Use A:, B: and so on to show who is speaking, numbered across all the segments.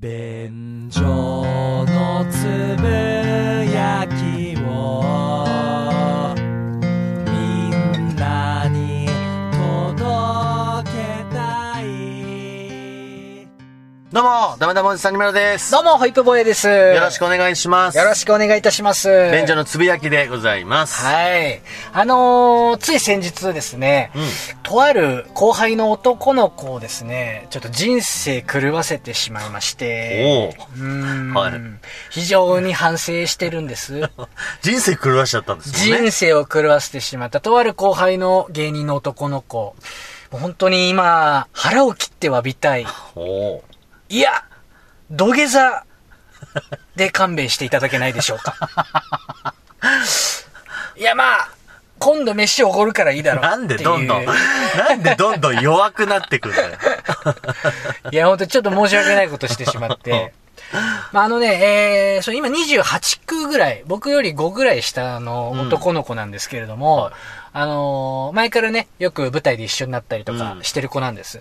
A: 便所のつぶやきをみんなに届けたい
B: どうも、ダメダメおじさんにむらです。
C: どうも、ホイップボーイです。
B: よろしくお願いします。
C: よろしくお願いいたします。
B: 便所のつぶやきでございます。
C: はい。あのーつい先日ですね、
B: ん
C: とある後輩の男の子をですね、ちょっと人生狂わせてしまいまして、
B: おお。
C: うーん、
B: はい
C: 非常に反省してるんです。
B: 人生狂わしちゃったんですもんね
C: 人。生を狂わせてしまった、とある後輩の芸人の男の子。もう本当に今、腹を切って詫びたい。
B: おお。
C: いや、土下座で勘弁していただけないでしょうか。 いや、まあ、今度飯おごるからいいだろう
B: なん
C: って
B: で
C: いう。
B: どんどん、なんでどんどん弱くなってくるん だよ。
C: いや、本当にちょっと申し訳ないことしてしま って。まあ、あのね、えー、そう今28区ぐらい、僕より5ぐらい下あの
B: うん
C: 男の子なんですけれども、あのー前からね、よく舞台で一緒になったりとか
B: うん
C: してる子なんです。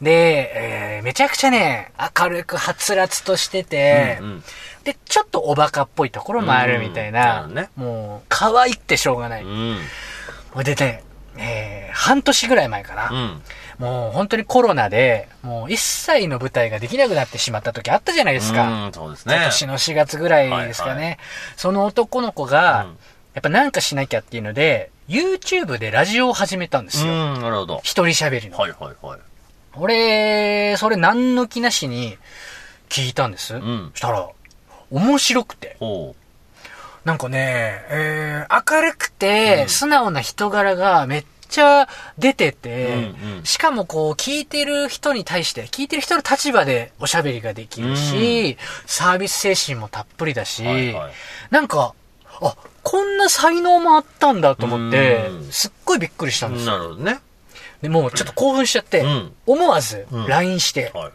C: で、えーめちゃくちゃね、明るくはつらつとしてて、
B: うんうん
C: で、ちょっとおバカっぽいところもあるみたいな、
B: うんなる
C: もう、可愛くてしょうがない。
B: うん。
C: ほいでね、えー半年ぐらい前かな、
B: うん。
C: もう本当にコロナで、もう一切の舞台ができなくなってしまった時あったじゃないですか。
B: うん、そうですね。
C: 今年の4月ぐらいですかね。
B: はいは
C: その男の子が、
B: うん
C: やっぱなんかしなきゃっていうので、YouTube でラジオを始めたんですよ。
B: うん、なるほど。
C: 一人喋りの。
B: はいはいはい。
C: 俺、それ何の気なしに聞いたんです。
B: ん
C: したら、面白くて。
B: おう
C: なんかね、えー、明るくて
B: う、ん
C: 素直な人柄がめっちゃ出てて、
B: うんうん
C: しかもこう、聞いてる人に対して、聞いてる人の立場でおしゃべりができるし、サービス精神もたっぷりだし、
B: はいはい
C: なんか、あ、こんな才能もあったんだと思って
B: う、ん
C: すっごいびっくりしたんです
B: な
C: よ。
B: るほどね。
C: でもうちょっと興奮しちゃって、
B: うん
C: 思わず
B: うん
C: LINE して、
B: はい。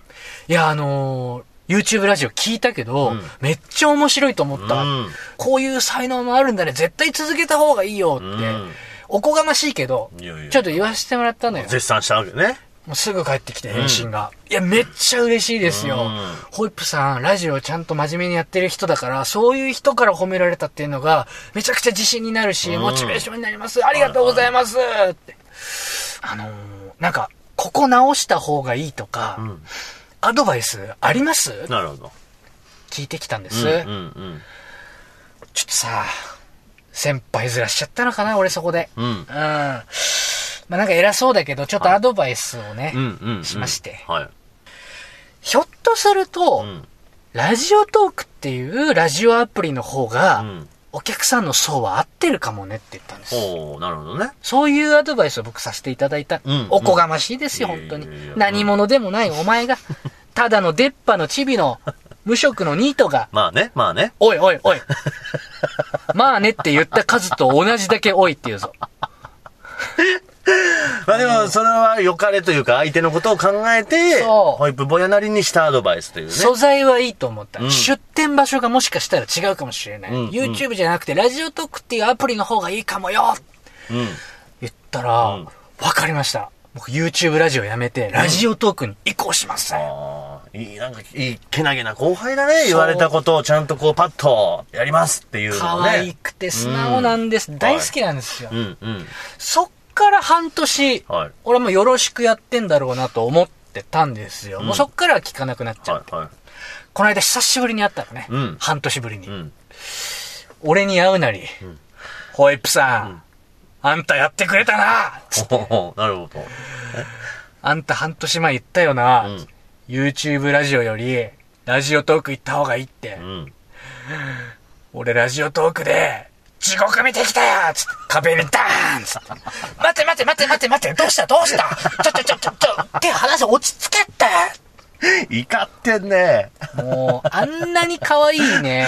C: いや、あのー YouTube ラジオ聞いたけど、
B: うん
C: めっちゃ面白いと思った。
B: うん
C: こういう才能もあるんだね。絶対続けた方がいいよって。
B: うん
C: おこがましいけど、
B: いやいや
C: ちょっと言わせてもらったのよ。
B: 絶賛したわけね。
C: もうすぐ帰ってきて返信が。いや、めっちゃ嬉しいですよ。
B: うん
C: ホイップさん、ラジオちゃんと真面目にやってる人だから、そういう人から褒められたっていうのが、めちゃくちゃ自信になるし、
B: うん
C: モチベーションになります。ありがとうございますって。あのーなんか、ここ直した方がいいとか、
B: ん
C: アドバイスあります
B: なるほど。
C: 聞いてきたんで
B: うん
C: す。
B: うん
C: ちょっとさ、先輩ずらしちゃったのかな、俺そこで。
B: うん。うん
C: うん。まあなんか偉そうだけど、ちょっとアドバイスをね、
B: うんうんうん。
C: しまして
B: はい。
C: ひょっとする
B: う
C: と、
B: ん。
C: ラジオトークっていうラジオアプリの方が、
B: うん。
C: お客さんの層は合ってるかもねって言ったんです。
B: おおなるほどね。
C: そういうアドバイスを僕させていただいた。
B: うん
C: おこがましいですよ、
B: うん
C: 本当に
B: いやいやいや。
C: 何者でもないお前が、 ただの出っ歯のチビの、無職のニートが、
B: まあね、まあね。
C: おいおいおい。 まあねって言った数と同じだけおいって言うぞ。
B: まあでも、それは良かれというか、相手のことを考えて、
C: そう
B: ホイップぼやなりにしたアドバイスというね。
C: 素材はいいと思った、
B: うん
C: 出店場所がもしかしたら違うかもしれない。
B: うんうん
C: YouTube じゃなくてラジオトークっていうアプリの方がいいかもよ
B: うん。
C: 言ったら、わ、
B: うん
C: かりました。僕 YouTube ラジオやめて、ラジオトークに移行します。
B: ああ、いい、なんか、いい、けなげな後輩だね。言われたことをちゃんとこう、パッと、やりますっていうの
C: 可
B: をね。
C: 愛くて素直なんです。
B: ん
C: 大好きなんですよ。
B: うん、うん。
C: そっから半年、
B: はい
C: 俺もよろしくやってんだろうなと思ってたんですよ。
B: ん
C: もうそっからは聞かなくなっちゃう。
B: はい、は
C: この間久しぶりに会ったのね。
B: うん
C: 半年ぶりに。
B: い。うん。
C: 俺に会うなり、ホイップさん、あんたやってくれたなつって
B: おーなるほど。
C: あんた半年前言ったよな、
B: うん
C: YouTube ラジオより、ラジオトーク行った方がいいって。
B: うん。
C: 俺ラジオトークで、地獄見てきたよつって、壁にダーンつって。待て待て待て待て待て、どうしたどうしたちょちょちょちょちょ、手離せ落ち着けって
B: 怒ってんね。
C: もう、あんなに可愛い ね、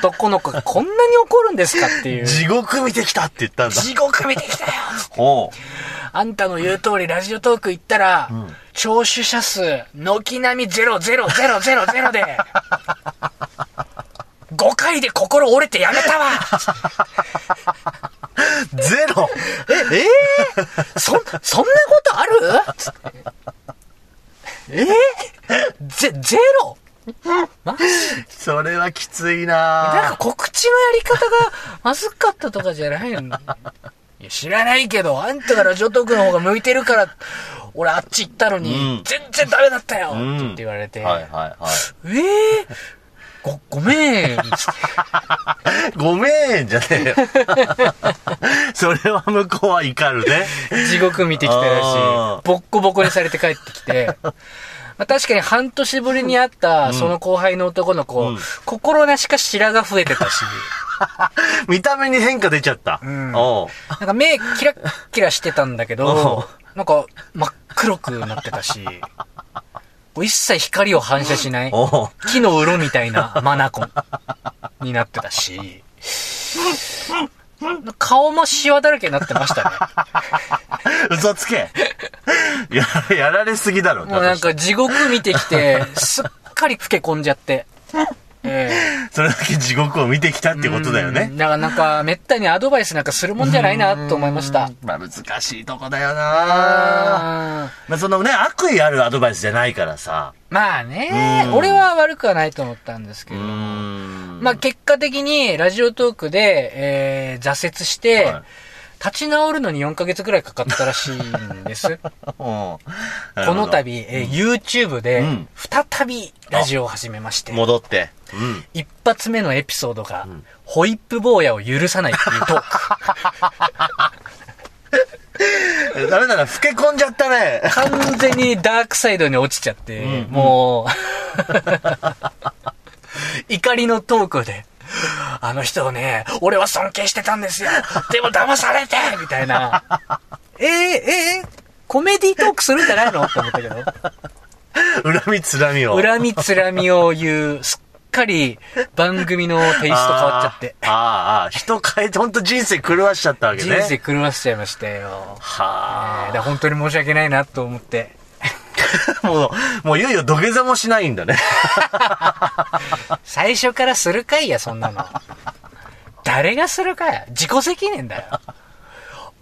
C: 男の子がこんなに怒るんですかっていう。
B: 地獄見てきたって言ったんだ。
C: 地獄見てきたよ
B: ほ
C: あんたの言う通りラジオトーク行ったら、聴取者数、軒並み00000で、5回で心折れてやめたわ
B: う。ゼロ
C: ええそ、そんなことあるつってええぜ、ゼロマジ
B: それはきつい
C: なん
B: な
C: か告知のやり方がまずかったとかじゃないのいや知らないけど、あんたがラジオトークの方が向いてるから、俺あっち行ったのに、
B: うん
C: 全然ダメだったよ、
B: うん
C: って言われて、
B: はいはいは
C: えぇ、ご、ごめん。
B: い。 ごめんじゃねえよ。 それは向こうは怒るね。
C: 地獄見てきたら
B: あ
C: し
B: ー
C: い。ボッコボコにされて帰ってき て。まあ確かに半年ぶりに会った、その後輩の男の子、
B: うん
C: 心なしか白が増えて たし、
B: 見た目に変化出ちゃった。
C: ん
B: おう
C: なんか目キラッキラしてたんだけ
B: お
C: ど
B: う、
C: なんか真っ黒くなってたし、こう一切光を反射しない、
B: おう
C: 木の鱗みたいなマナコンになってた し、顔もシワだらけになってましたね。
B: 嘘つけ。や、 やられすぎだろ。
C: もうなんか地獄見てき て、すっかり老け込んじゃって。ええ
B: それだけ地獄を見てきたってことだよね
C: うん。だからなんか、めったにアドバイスなんかするもんじゃないなと思いました。
B: まあ難しいとこだよなまあそのね、悪意あるアドバイスじゃないからさ。
C: まあね
B: う、ん
C: 俺は悪くはないと思ったんですけ
B: う
C: ど。
B: ん
C: まあ結果的にラジオトークで、えー挫折して、
B: はい
C: 立ち直るのに4ヶ月くらいかかったらしい んです。
B: あ、こ
C: この。度、えー YouTube
B: う
C: で
B: ん、
C: 再びラジオを始めまして。
B: 戻って。うん。
C: 一発目のエピソードが、ホイップ坊やを許さないっていう トーク。
B: えダメだな、老け込んじゃったね。
C: 完全にダークサイドに落ちちゃって、
B: うん
C: もう、怒りのトークで、あの人をね、俺は尊敬してたんですよでも騙されてみたいな。えー、えー、コメディトークするんじゃないのって思ったけど。
B: 恨みつらみを。
C: 恨みつらみを言う、すっかり番組のテイスト変わっちゃって。
B: あーあー、あー人変えて、ほんと人生狂わしちゃったわけ
C: 人
B: ね。
C: 生狂わせちゃいましたよ。えーだ
B: は
C: から本当に申し訳ないなと思って。
B: あ。 もう、もういよいよ土下座もしないんだね。
C: 最初からするかいや、そんなの。誰がするかや。自己責任だよ。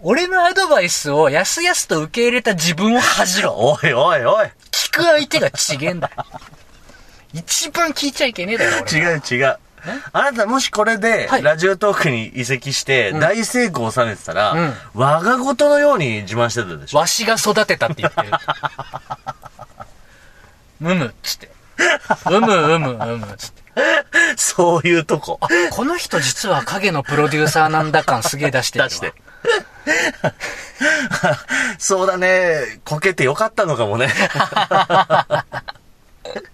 C: 俺のアドバイスをやすやすと受け入れた自分を恥じろ。
B: おいおいおい。
C: 聞く相手がちげんだよ。一番聞いちゃいけねえだろ、
B: 違
C: 俺。
B: う違う。あなたもしこれで
C: は、い
B: ラジオトークに移籍して、大成功を収めてたら、
C: うん
B: 我が事のように自慢してたでしょ。
C: わしが育てたって言ってる。むむっつって。うむうむうむっつって。
B: そういうとこ。
C: この人実は影のプロデューサーなんだ感すげえ 出してるわ。
B: 出して。 そうだね。こけてよかったのかもね。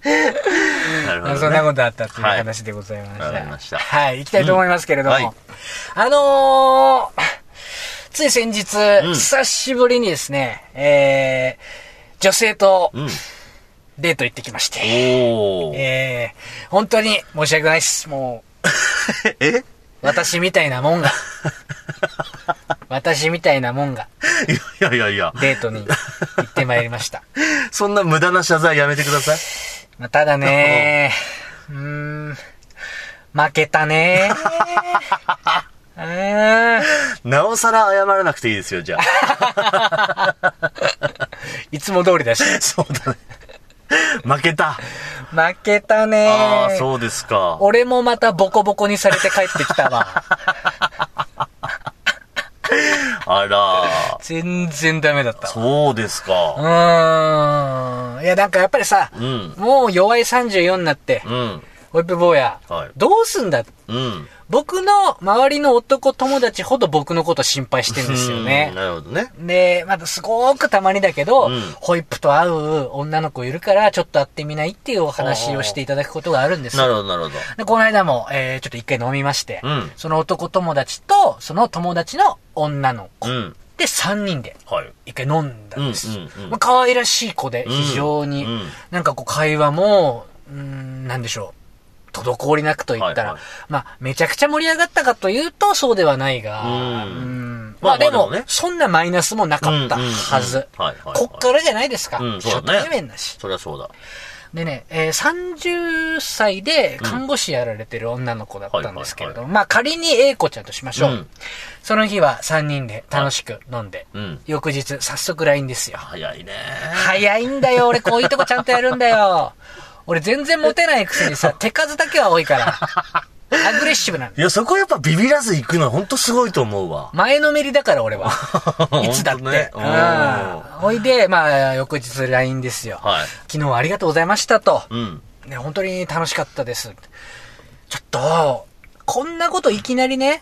B: なるほ
C: まあ
B: ど
C: そんな
B: ね。
C: ことあったっていう話でございまし
B: はい
C: た。
B: わかりました
C: はい、行きたいと思いますけれども。
B: うんはい
C: あのー、つい先日、
B: うん
C: 久しぶりにですね、えー、女性と
B: うん。
C: デート行ってきまして、
B: おー。
C: えー、本当に申し訳ないです。も
B: え
C: う、私みたいなもん が、私みたいなもんが
B: いやいやいや、
C: デートに行ってまいりま した。
B: そんな無駄な謝罪やめてください。
C: まあただねー、うーん、負けたね ー。うーん
B: なおさら謝らなくていいですよ、じゃ あ。
C: いつも通りだし。
B: そうだね。負けた。
C: 負けたね
B: ああ、そうですか。
C: 俺もまたボコボコにされて帰ってきたわ。
B: あら。
C: 全然ダメだったわ。
B: そうです
C: う
B: か。
C: ーん。いや、なんかやっぱりさ、
B: うん。
C: もう弱い34になって、
B: うん。
C: ホイップ坊や、
B: はい
C: どうすんだ
B: うん。
C: 僕の周りの男友達ほど僕のこと心配してんですよね
B: うん。なるほどね。
C: で、まだすごくたまにだけど、
B: うん
C: ホイップと会う女の子いるから、ちょっと会ってみないっていうお話をしていただくことがあるんですよ
B: なるほど、なるほど。
C: で、この間も、えー、ちょっと一回飲みまして、
B: うん
C: その男友達と、その友達の女の子、
B: うん。
C: で、三人で、
B: はい。
C: 一回飲んだんです。
B: うんうんうん
C: まあ、可愛らしい子で、
B: うん
C: 非常に、
B: うん
C: なんかこう、会話も、うーん、なんでしょう。滞りなくと言ったら、
B: はいはい
C: まあ、めちゃくちゃ盛り上がったかというと、そうではないが、
B: うん
C: ん
B: ま
C: まあ
B: あ
C: で
B: ま
C: も、
B: あでもね
C: そんなマイナスもなかったはず。
B: うんうんうんはいはいはい
C: こっからじゃないですか。
B: うんそう
C: 初
B: だね
C: 対面だし。
B: そりゃそうだ。
C: でね、えー30歳で看護師やられてる女の子だったんですけれども、
B: は
C: まあ仮に A 子ちゃんとしましょう。
B: うん
C: その日は3人で楽しく飲んで、
B: うん。
C: 翌日早速 LINE ですよ。
B: 早いね。
C: 早いんだよ、俺こういうとこちゃんとやるんだよ。俺全然モテないくせに さ、手数だけは多いから。アグレッシブなの。
B: いや、そこやっぱビビらず行くのは本当すごいと思うわ。
C: 前のめりだから俺 は。いつだっ
B: 本
C: て。
B: 当ね
C: う
B: うん
C: ん。ほいで、まあ、翌日 LINE ですよ。
B: はい
C: 昨日はありがとうございましたと。
B: うん。
C: ね、本当に楽しかったです。ちょっと、こんなこといきなりね、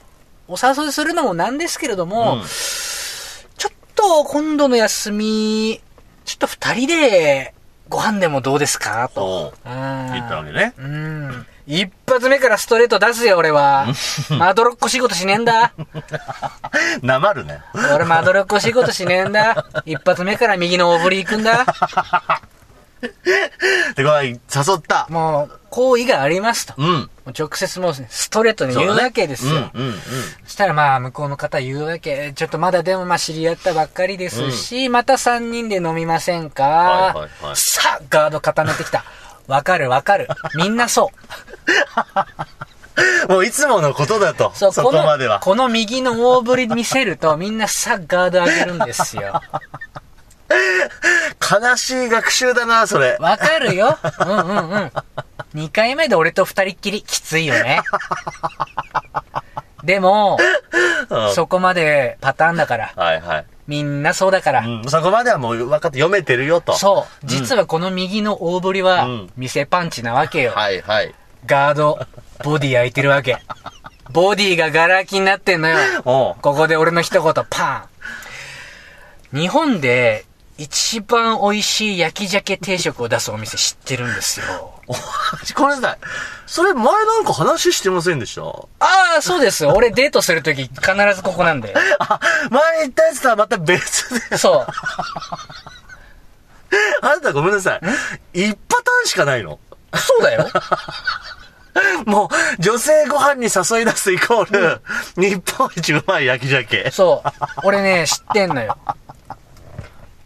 C: お誘いするのもなんですけれども、
B: うん
C: ちょっと今度の休み、ちょっと二人でご飯でもどうですかと。
B: おう。
C: 言
B: 言ったわけね。
C: うん。一発目からストレート出すよ、俺は。まどろっこしいことしねえんだ。
B: なまるね。
C: 俺まどろっこしいことしねえんだ。一発目から右の大振り行くんだ。
B: で、これ誘った。
C: もう、好意がありますと。も
B: うん。
C: う直接もうストレートに言うわけですよ。
B: うん、うん、うん。
C: そしたらまあ、向こうの方言うわけ。ちょっとまだでもまあ知り合ったばっかりですし、また3人で飲みませんか、
B: はいはいはい
C: さあ、ガード固めてきた。わかるわかる。みんなそう。
B: もういつものことだと。
C: そ、
B: そう
C: こ
B: こ
C: の
B: までは。
C: この右の大振り見せると、みんなさ、ガード上げるんですよ。
B: 悲しい学習だな、それ。
C: わかるようんうんうん。二回目で俺と二人っきり、きついよね。でも、
B: うん
C: そこまでパターンだから。
B: はいはい。
C: みんなそうだから。
B: うん、そこまではもう分かって読めてるよと。
C: そう。実はこの右の大振りは
B: うん、
C: 見せパンチなわけよ。
B: はいはい。
C: ガード、ボディ開いてるわけ。ボディがガラ空きになってんのよ。
B: おう
C: ここで俺の一言、パン。日本で一番美味しい焼き鮭定食を出すお店知ってるんですよ。
B: おごめんなさい。それ前なんか話してませんでした
C: ああ、そうです。俺デートするとき必ずここなんで。
B: あ、前言ったやつとはまた別で。
C: そう。
B: あなたごめんなさい。一パターンしかないの。
C: そうだよ。
B: もう、女性ご飯に誘い出すイコール、日本一うまい焼き鮭。
C: そう。俺ね、知ってんのよ。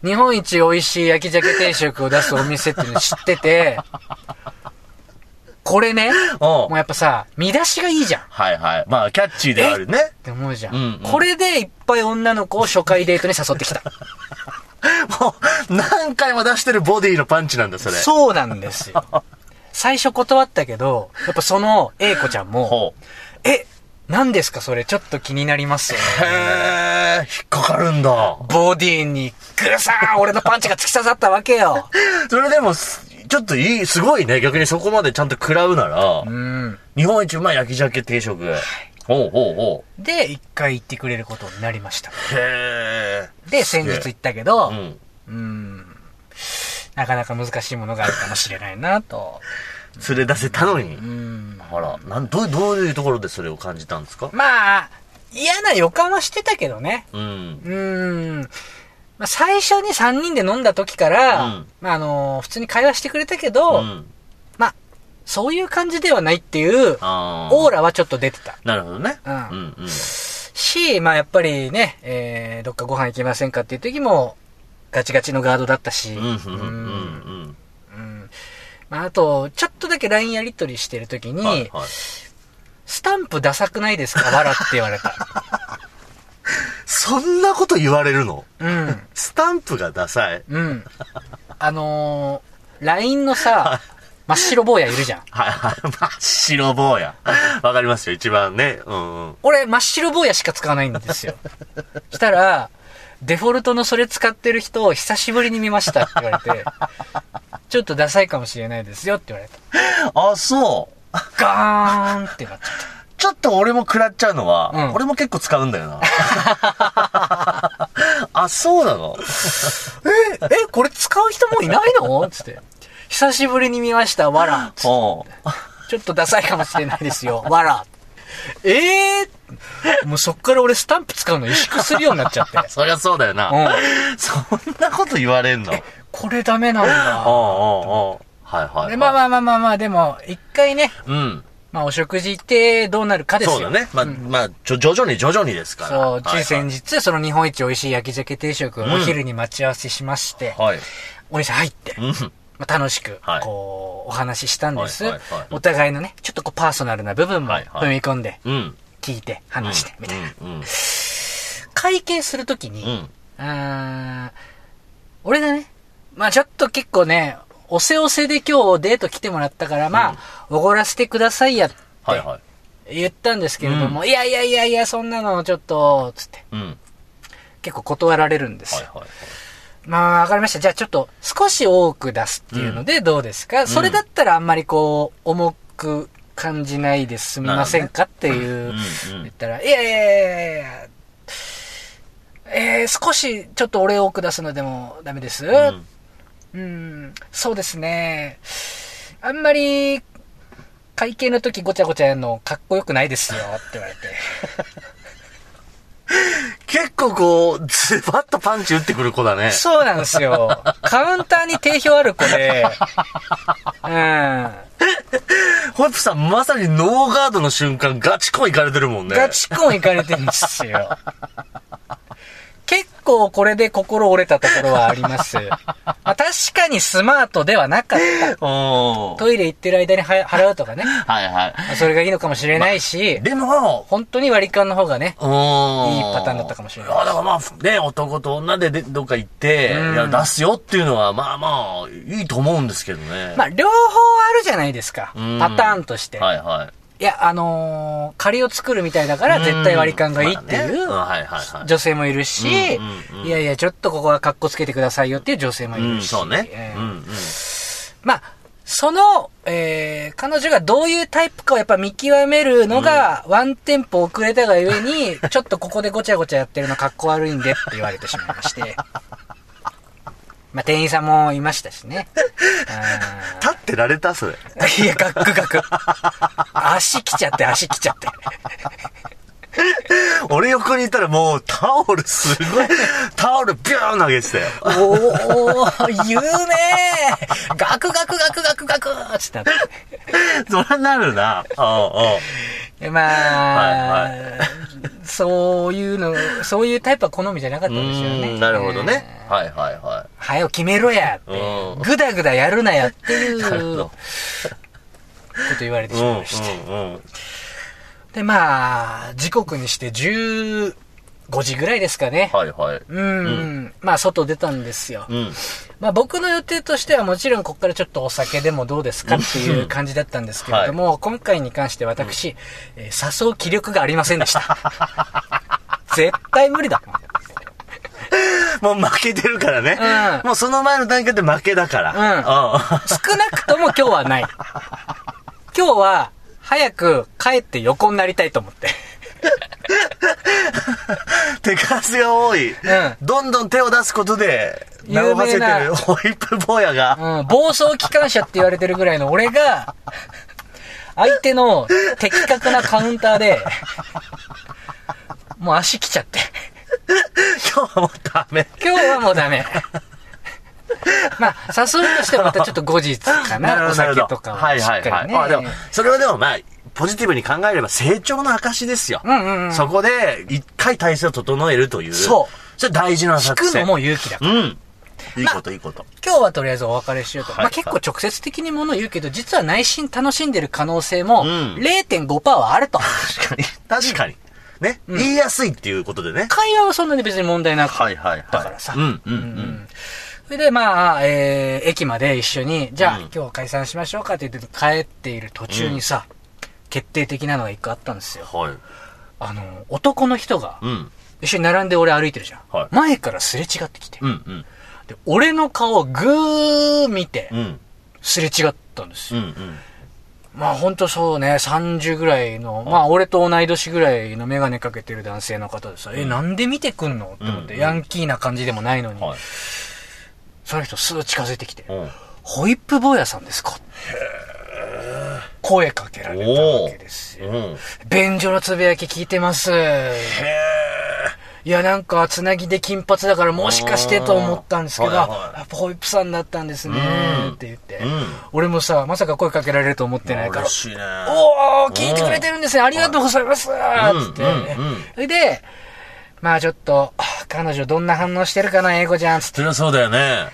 C: 日本一美味しい焼き鮭定食を出すお店っていうの知ってて、これね、
B: お
C: も
B: う
C: うやっぱさ、見出しがいいじゃん。っ
B: はいはい。まあ、キャッチーではあるね。
C: て思うじゃん。
B: うんうん
C: これでいっぱい女の子を初回デートに誘ってきた。
B: もう、何回も出してるボディのパンチなんだ、それ。
C: そうなんですよ。最初断ったけど、やっぱその A 子ちゃんも、
B: ほう。
C: え、何ですかそれちょっと気になりますよね。
B: へー、引っかかるんだ。
C: ボディにグサー俺のパンチが突き刺さったわけよ。
B: それでもす、ちょっといい、すごいね。逆にそこまでちゃんと食らうなら、
C: うん。
B: 日本一うまい焼き鮭定食。ほうほうほ
C: で、一回行ってくれることになりました。
B: う。へ
C: で、先日行ったけ
B: ー。
C: ど、
B: うん。
C: うん、なかなか難しいものがあるかもしれないなと。
B: 連れ出せたのに。
C: うん。
B: あら、なん、どう、どういうところでそれを感じたんですか
C: まあ、嫌な予感はしてたけどね。
B: うん。
C: うん。まあ、最初に3人で飲んだ時から、
B: うん
C: まあ、あの普通に会話してくれたけど、
B: うん。
C: まあ、そういう感じではないっていう、
B: あー
C: オーラはちょっと出てた。
B: なるほどね。
C: う
B: うんん。うん。
C: し、まあ、やっぱりね、えー、どっかご飯行きませんかっていう時も、ガチガチのガードだったし、
B: うん。うん。うん。う
C: うん
B: ん。
C: うんまあ、あと、ちょっとだけ LINE やり取りしてるときに、
B: はいはい。
C: スタンプダサくないですか笑って言われた。
B: そんなこと言われるの
C: うん。
B: スタンプがダサい。
C: うん。あのー、LINE のさ、真っ白坊やいるじゃん。
B: はいはい。 真っ白坊や。わかりますよ、一番ね。うんうん。
C: 俺、真っ白坊やしか使わないんですよ。したら、デフォルトのそれ使ってる人を久しぶりに見ましたって言われて、ちょっとダサいかもしれないですよって言われた。
B: あ、そう。
C: ガーンってなっちゃった。
B: ちょっと俺も食らっちゃうのは、
C: うん
B: 俺も結構使うんだよな。 あ、そうなの
C: え、え、これ使う人もういないの つって。久しぶりに見ました、わら。つって
B: お
C: ちょっとダサいかもしれないですよ、 わら。ええもうそっから俺スタンプ使うの萎縮するようになっちゃって。
B: そりゃそうだよな。
C: う
B: そんなこと言われんの。
C: これダメなん
B: おう
C: だ。
B: おうおうはいはい、はい。
C: でまあまあまあまあまあ、でも、一回ね、
B: うん。
C: まあお食事行ってどうなるかですよ。
B: そうだね。まあ、まあ、ちょ、徐々に徐々にですから。
C: そう、つ
B: はい
C: 先日、その日本一美味しい焼き鮭定食をお昼に待ち合わせしまして、
B: はい。はい。
C: お店入って、
B: うん。
C: まあ、楽しく
B: は、い
C: こう、お話ししたんです
B: はいはいはい。
C: お互いのね、ちょっとこうパーソナルな部分も
B: はいはい
C: 踏み込んで、
B: うん。
C: 聞いて、話して、みたいな。
B: うん。
C: 会計するとき
B: うん。う
C: に、
B: ん。
C: あー俺がね、まあちょっと結構ね、おせおせで今日デート来てもらったから、まあ、おごらせてくださいやって
B: はいはい。
C: 言ったんですけれども、いやいやいやいや、そんなのちょっと、つって、
B: うん。
C: 結構断られるんです
B: はい。
C: よ
B: はいはい。
C: まあ、わかりました。じゃあちょっと少し多く出すっていうのでどうですか、それだったらあんまりこう、重く感じないで済みませんかっていう、
B: うんうん
C: 言ったら、いやいやいやいやえー、少しちょっとお礼を多く出すのでもダメです。
B: うん
C: うん、そうですね。あんまり、会計の時ごちゃごちゃやるのかっこよくないですよって言わ れて。
B: 結構こう、ズバッとパンチ打ってくる子だね。
C: そうなんですよ。カウンターに定評ある子で、うん。
B: ホップさんまさにノーガードの瞬間ガチコンいかれてるもんね。
C: ガチコン行かれてるんですよ。結構これで心折れたところはあります。まあ、確かにスマートではなかっ
B: うん。
C: た。
B: は
C: トイレ行ってる間には払うと かね。
B: いは
C: それがいいのかもしれないし
B: い。、でも、
C: 本当に割り勘の方がね、
B: うん。
C: いいパターンだったかもしれない
B: いや、だからまあ、ね、男と女ででどっか行って、
C: うん
B: いや、出すよっていうのは、まあまあ、いいと思うんですけどね。
C: まあ両方あるじゃないですか。
B: うん
C: パターンとして。
B: はいはい。
C: いや、あのー仮を作るみたいだから絶対割り勘がいいってい
B: うんまあね
C: う
B: はいはいはい。
C: 女性もいるし、
B: うんうんうん
C: いやいや、ちょっとここは格好つけてくださいよっていう女性もいうる
B: ん、
C: し。
B: そうね
C: え。
B: う
C: ー
B: んうん。
C: まあ、その、えー、彼女がどういうタイプかをやっぱ見極めるのが、ワンテンポ遅れたがゆえに、 ちょっとここでごちゃごちゃやってるのかっこ悪いんでって言われてしまいまして。まあ、店員さんもいましたしね。あ
B: 立ってられたそれ。
C: ーいや、ガックガク。足来ちゃって、足来ちゃって。
B: 俺横にいたらもうタオルすごい、 タオルビューン投げてたよ。
C: おー、言うねー ガクガクガクガクガクーっつってなって。
B: そらなるな。う
C: でまあ、
B: はい
C: そういうの、そういうタイプは好みじゃなかったん
B: んうん。
C: ですよ
B: うー
C: ね。
B: んなるほどね
C: えー。
B: はいはいは
C: 早よ決めろやって
B: うん、
C: ぐだぐだやるなやっていう、
B: なるほど
C: こと言われて
B: い。
C: しまいました。
B: うんうんうん。
C: で、まあ、時刻にして15時ぐらいですかね。
B: はいはい。
C: うん、まあ、外出たんですよ。
B: うん。
C: まあ、僕の予定としてはもちろんここからちょっとお酒でもどうですかっていう感じだったんですけれども、今回に関して私、えー誘う気力がありませんでした。 絶対無理だ。
B: もう負けてるからね。
C: うん
B: もうその前の段階で負けだから。うん。
C: 少なくとも今日はない。今日は、早く帰って横になりたいと思って。
B: 手数が多い。
C: う
B: どんどん手を出すことで、名を馳せて
C: 有名
B: る
C: な
B: ホイップ坊やが、
C: うん、暴走機関車って言われてるぐらいの俺が、相手の的確なカウンターで、もう足来ちゃって。
B: 今日はもうダメ。
C: 今日はもう ダメ。まあ、誘うとしてもまたちょっと後日かな。お酒とか
B: は
C: はいし
B: は
C: っ
B: い
C: か
B: は
C: り
B: い。
C: ね。
B: まあでも、それはでもまあ、ポジティブに考えれば成長の証ですよ。
C: うんうんうん
B: そこで、一回体制を整えるという。
C: そう。
B: それ大事な作
C: 聞く
B: 戦。
C: のも勇気だから。
B: うん。いいこといいこと。
C: 今日はとりあえずお別れしようと。
B: はい
C: まあ結構直接的にもの言うけど、実は内心楽しんでる可能性も、
B: ん
C: 0.5%はあると。
B: 確かに。確かに。ね。言いやすいっていうことでね。
C: 会話はそんなに別に問題なく。
B: はいはいはい。
C: だからさ
B: うんうんうん。
C: それでまあ、えー、駅まで一緒に、じゃあ、
B: うん
C: 今日は解散しましょうかって言って帰っている途中にさ、決定的なのが一個あったんですよ。
B: はい。
C: あの、男の人が、
B: うん。
C: 一緒に並んで俺歩いてるじゃん。
B: はい
C: 前からすれ違ってきて。
B: うんうん。
C: で俺の顔をぐー見て
B: う、ん。
C: すれ違ったんですよ
B: うんうん。
C: まあ本当そうね、30ぐらいの、まあ俺と同い年ぐらいのメガネかけてる男性の方でさ、え、なんで見てくんのって思って、
B: うん
C: ヤンキーな感じでもないのに、
B: はい。
C: その人すぐ近づいてきて、
B: うん。
C: ホイップ坊やさんですか声かけられたわけですよ。
B: うん。
C: 便所のつぶやき聞いてます。いや、なんか、つなぎで金髪だから、もしかしてと思ったんですけど、
B: はいはい
C: やっぱホイップさんだったんですね
B: うん
C: って言って、
B: うん
C: 俺もさ、まさか声かけられると思ってないから
B: 嬉、しいね。
C: おー、聞いてくれてるんですね。ありがとうございます。つって
B: うんうん。
C: それで、まあちょっと、彼女どんな反応してるかな、英語ちゃん。つって
B: そりゃそうだよね。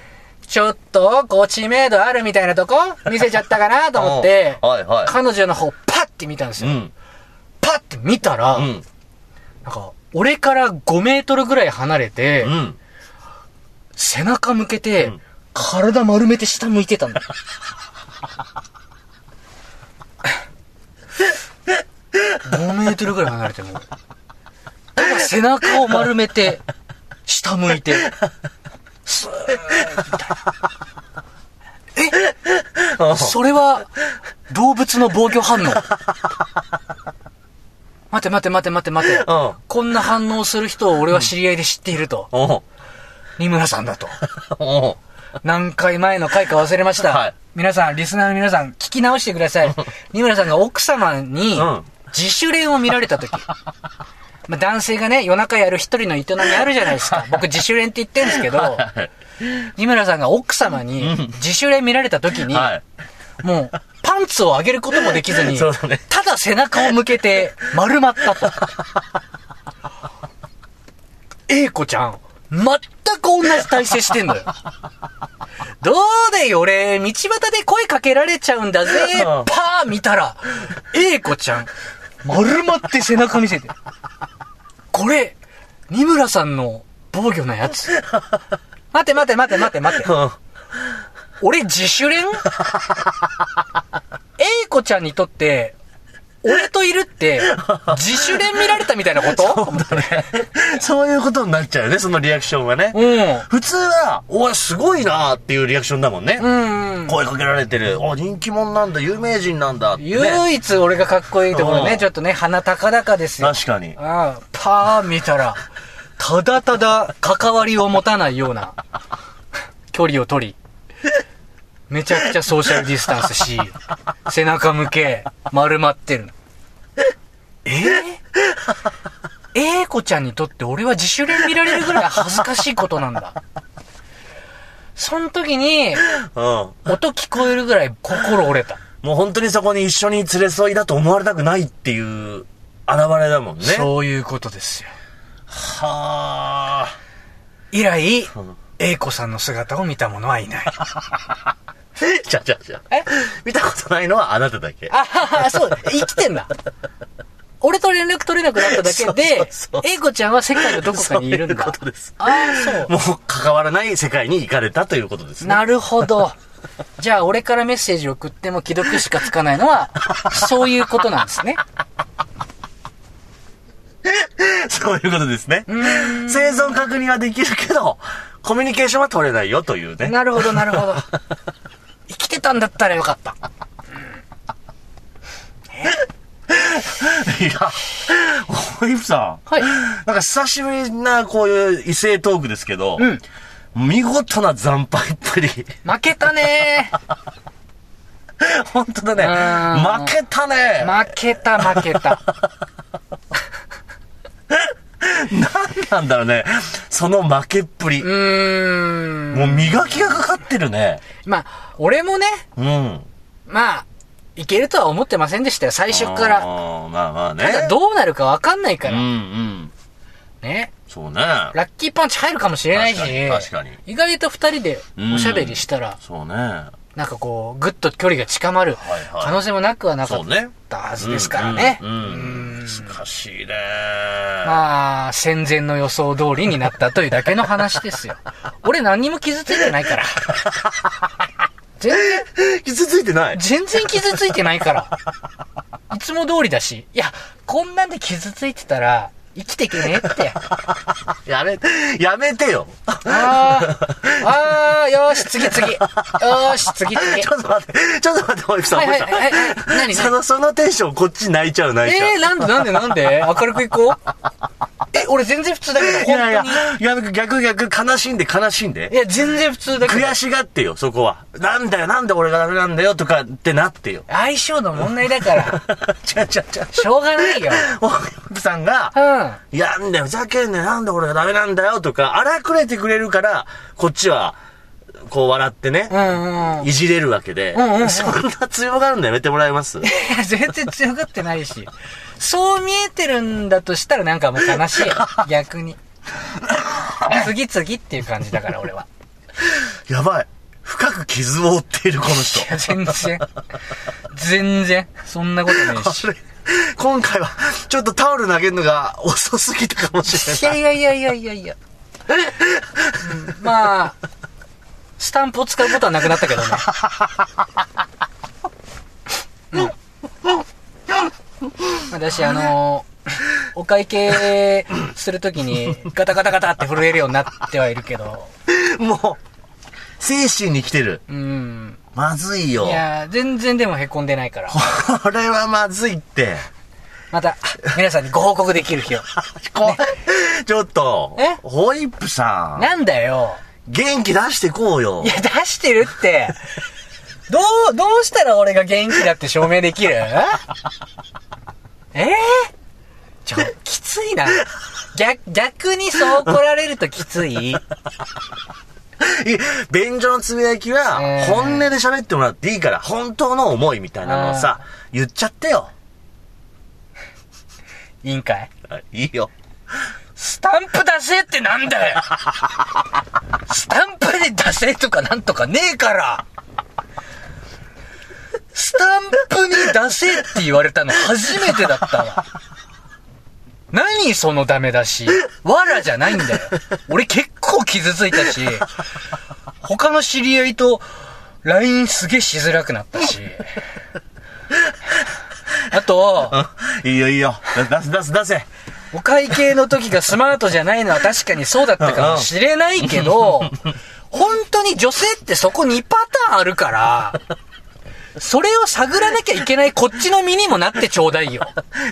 C: ちょっと、こう、知名度あるみたいなとこ見せちゃったかなと 思って、
B: うんはいはい
C: 彼女の方、パッて見たんです
B: う
C: よ。
B: ん。
C: パッて見たら、
B: うん。
C: なんか、俺から5メートルぐらい離れて、
B: うん。
C: 背中向けて、
B: ん
C: 体丸めて下向いてたんだよ。5メートルぐらい離れても。ただ背中を丸めて、下向いて、スーッみたいな。えそれは、動物の防御反応。待て待て待て待て待て
B: うん。
C: こんな反応する人を俺は知り合いで知っていると。
B: おう
C: 三村さんだと。
B: おう
C: 何回前の回か忘れました。
B: はい
C: 皆さん、リスナーの皆さん、聞き直してくだ さい。二村さんが奥様に
B: うん、
C: 自主練を見られた時。まあ男性がね、夜中やる一人の営みあるじゃないですか。僕自主練って言ってるんですけど、二村さんが奥様に自主練見られた時に、
B: は
C: もう、パンツを上げることもできずに、
B: そうだね
C: ただ背中を向けて丸まったと。A 子ちゃん、全く同じ体勢してんのよ。どうだよ、俺、道端で声かけられちゃうんだぜ、
B: うん
C: パー見たら、A 子ちゃん、丸まって背中見せて。これ、二村さんの防御のやつ。待て待て待て待て待て
B: い。。うん
C: 俺自主練 A 子ちゃんにとって、俺といるって、自主練見られたみたいなこと
B: そういうことになっちゃうよね、そのリアクションはね。
C: うん。
B: 普通は、おい、すごいなーっていうリアクションだもんね。
C: うん。
B: 声かけられてる。あ、人気者なんだ、有名人なんだって、ね。
C: 唯一俺がかっこいいところ
B: う
C: ね、
B: ん
C: ちょっとね、鼻高々ですよ。
B: 確かに。
C: ああ、パー見たら、ただただ関わりを持たないような、距離を取り、めちゃくちゃソーシャルディスタンスし、背中向け、丸まってる。ええー、A 子ちゃんにとって俺は自主練見られるぐらい恥ずかしいことなんだ。その時に、
B: うん。も
C: 音聞こえるぐらい心折れた。
B: う本当にそこに一緒に連れ添いだと思われたくないっていう、現れだもんね。
C: そういうことですよ。
B: はあ。
C: 以来
B: うん、
C: A 子さんの姿を見た者はいない。
B: じゃじゃじゃ。
C: え
B: 見たことないのはあなただけ。
C: あはは、そう、生きてんだ。俺と連絡取れなくなっただけで
B: そうそうそう、
C: 英子ちゃんは世界のどこかにいるん
B: そう
C: だ
B: いうこ。とです。
C: ああ、そう。
B: もう関わらない世界に行かれたということですね。
C: なるほど。じゃあ、俺からメッセージ送っても既読しかつかないのは、そういうことなんですね。
B: そういうことですね。生存確認はできるけど、コミュニケーションは取れないよというね。
C: なるほど、なるほど。生きてたんだったらよかった。
B: いや、ホイップさん。
C: はい。
B: なんか久しぶりなこういう異性トークですけど、
C: うん。
B: 見事な惨敗っぷり。
C: 負けたね
B: 本当だ
C: う
B: ね。
C: ん
B: 負けたね。
C: 負けた、負けた。
B: なんなんだろうね。その負けっぷり。
C: うーん。
B: もう磨きがかかってるね。
C: まあ、俺もね、
B: うん。
C: まあ、いけるとは思ってませんでしたよ、最初から。
B: あーまあまあね。
C: ただどうなるかわかんないか
B: うん
C: ら。
B: うん。
C: ね。
B: そうね。
C: ラッキーパンチ入るかもしれないし。
B: 確かに確かに
C: 意外と二人でおしゃべりしたら、
B: そうね。
C: なんかこう、ぐっと距離が近まる
B: はいはい
C: 可能性もなくはなか
B: そ
C: っ
B: うね。
C: たはずですからね。
B: うんうん。うん難しいね。
C: まあ、戦前の予想通りになったというだけの話です よ。俺何にも傷ついてないから。全然、
B: 傷ついてない。
C: 全然傷ついてないから。いつも通りだし。いや、こんなんで傷ついてたら、生きていけねえって。
B: やめ、やめてよ。
C: あー、あー、よーし、次次。よーし、次次。
B: ちょっと待って、ちょっと待って、ホイップさん、
C: はい
B: ホイ
C: は
B: ッ
C: い
B: プ
C: は
B: さん。
C: いはい。何
B: その、そのテンション、こっち泣いちゃう、泣いちゃう。
C: えー、なんでなんでなんで明るくいこう。え、俺全然普通だけど、本
B: い
C: 当に。
B: やいや、逆逆逆、悲しんで悲しん
C: い
B: で。
C: や、全然普通だけど。
B: 悔。しがってよ、そこは。なんだよ、なんで俺がダメなんだよ、とかってなってよ
C: 相性の問題だから、
B: 違う違う違う。
C: しょうがないよ。
B: ホイップさんが
C: う、ん。
B: いや、なんだよ、ふざけんなよ、なんで俺がダメなんだよ、とか、荒くれてくれるから、こっちは、こう笑ってね
C: う、んうん。い
B: いじれるわけで、
C: んうんうん
B: そんな強がるのやめてもらえます
C: や、全然強がってないし。そう見えてるんだとしたらなんかもう悲しい。逆に。次々っていう感じだから、俺は。
B: やばい。深く傷を負っている、この人
C: い。や、全然。全然。そんなことないし。
B: それ 今回は、ちょっとタオル投げるのが遅すぎたかもし
C: い
B: れ
C: や
B: ない。
C: いやいやいやいやいや。うんまあ、スタンプを使うことはなくなったけどね。うん、私、あのお会計するときにガタガタガタって震えるようになってはいるけど、
B: もう、精神に来てる。
C: うん。
B: まずい
C: い
B: よ。
C: やー、全然でもへこんでないから。
B: これはまずい って。
C: また、皆さんにご報告できる日を。
B: こちょっと
C: え、
B: ホイップさん、
C: なんだよ。
B: 元気出してこうよ
C: い。や、出してるって。どう、どうしたら俺が元気だって証明できるえー、ちょ、きついな。逆、逆にそう怒られるときつい
B: い便所のつぶやきは
C: え、ー
B: 本音で喋ってもらっていいから、本当の思いみたいなのをさ、言っちゃってよ。
C: いいんかい
B: あいいよ。
C: スタンプ出せってなんだよスタンプで出せとかなんとかねえからスタンプに出せって言われたの初めてだったわ。何そのダメ出し。わらじゃないんだよ。俺結構傷ついたし、他の知り合いと LINE すげえしづらくなったし。あと、
B: いいよいいよ。だ出せ出せ出せ。
C: お会計の時がスマートじゃないのは確かにそうだったかもしれない けど、本当に女性ってそこ2パターンあるから、それを探らなきゃいけないこっちの身にもなってちょうだいよ。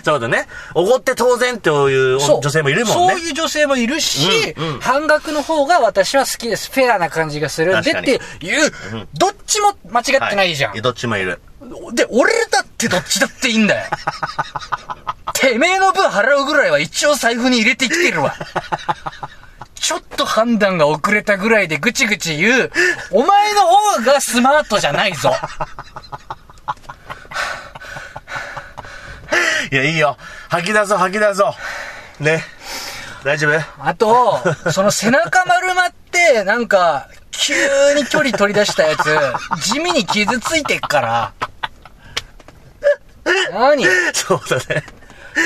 B: そうだね。おごって当然という
C: そう。
B: 女性もいるもん
C: そう
B: ね。
C: いう女性もいるし、
B: うんうん
C: 半額の方が私は好きです。フェアな感じがするんでっ
B: 確かに
C: ていう、どっちも間違
B: は
C: ってないじゃん。
B: どっちもいる。
C: で、俺だってどっちだっていいんだよ。てめえの分払うぐらいは一応財布に入れて生きてるわ。ちょっと判断が遅れたぐらいでぐちぐち言う、お前の方がスマートじゃないぞ。
B: いや、いいよ。吐き出そう、吐き出そう。ね。大丈夫
C: あと、その背中丸まって、なんか、急に距離取り出したやつ、地味に傷ついてっから。何
B: そうだね。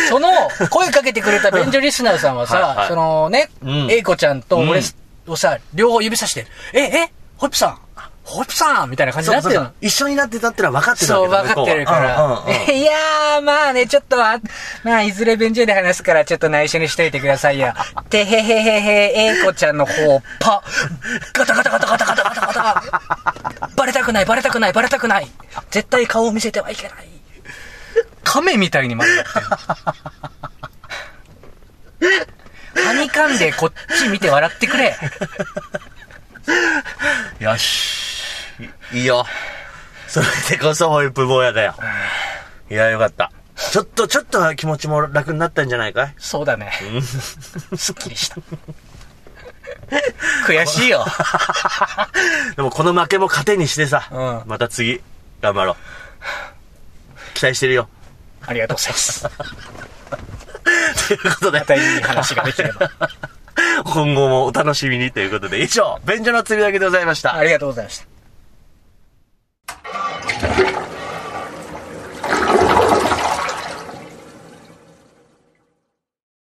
C: その、声かけてくれた便所リスナーさんは
B: はいは
C: さ
B: い、
C: そのね
B: ん、
C: エイコちゃんと
B: う
C: 俺
B: ん
C: をさ、両方指さして、え、え、ホイップさん、ホイップさんみたいな感じに
B: そ
C: な
B: う
C: って
B: そう
C: る
B: そ
C: の
B: う。。一緒になってたってのは分かってた
C: そう、
B: わ
C: 分
B: けだ
C: かってるか
B: 向こうはうんうんうん
C: ら。いやー、まあね、ちょっと、あまあ、いずれ便所で話すから、ちょっと内緒にしといてくださ いよ。てへへへへ、エイコちゃんの方、パ、ガタガタガタガタガタガタガタ。バレたくない、バレたくない、バレたくない。絶対顔を見せてはいけない。亀みたいに丸まってる。はにかんでこっち見て笑ってくれ。
B: よし。 いいいよ。それでこそホイップ坊やだよ。いや、よかった。ちょっと、ちょっとは気持ちも楽になったんじゃないかい
C: そうだね。すっきりした。悔しいよ。
B: でもこの負けも糧にしてさ、
C: うん
B: また次、頑張ろう。期待してるよ。
C: ありがとうございます。
B: ということで
C: ま、たいい話ができれば。
B: 今後もお楽しみにということで、以上、便所のつぶやきでございました。
C: ありがとうございました。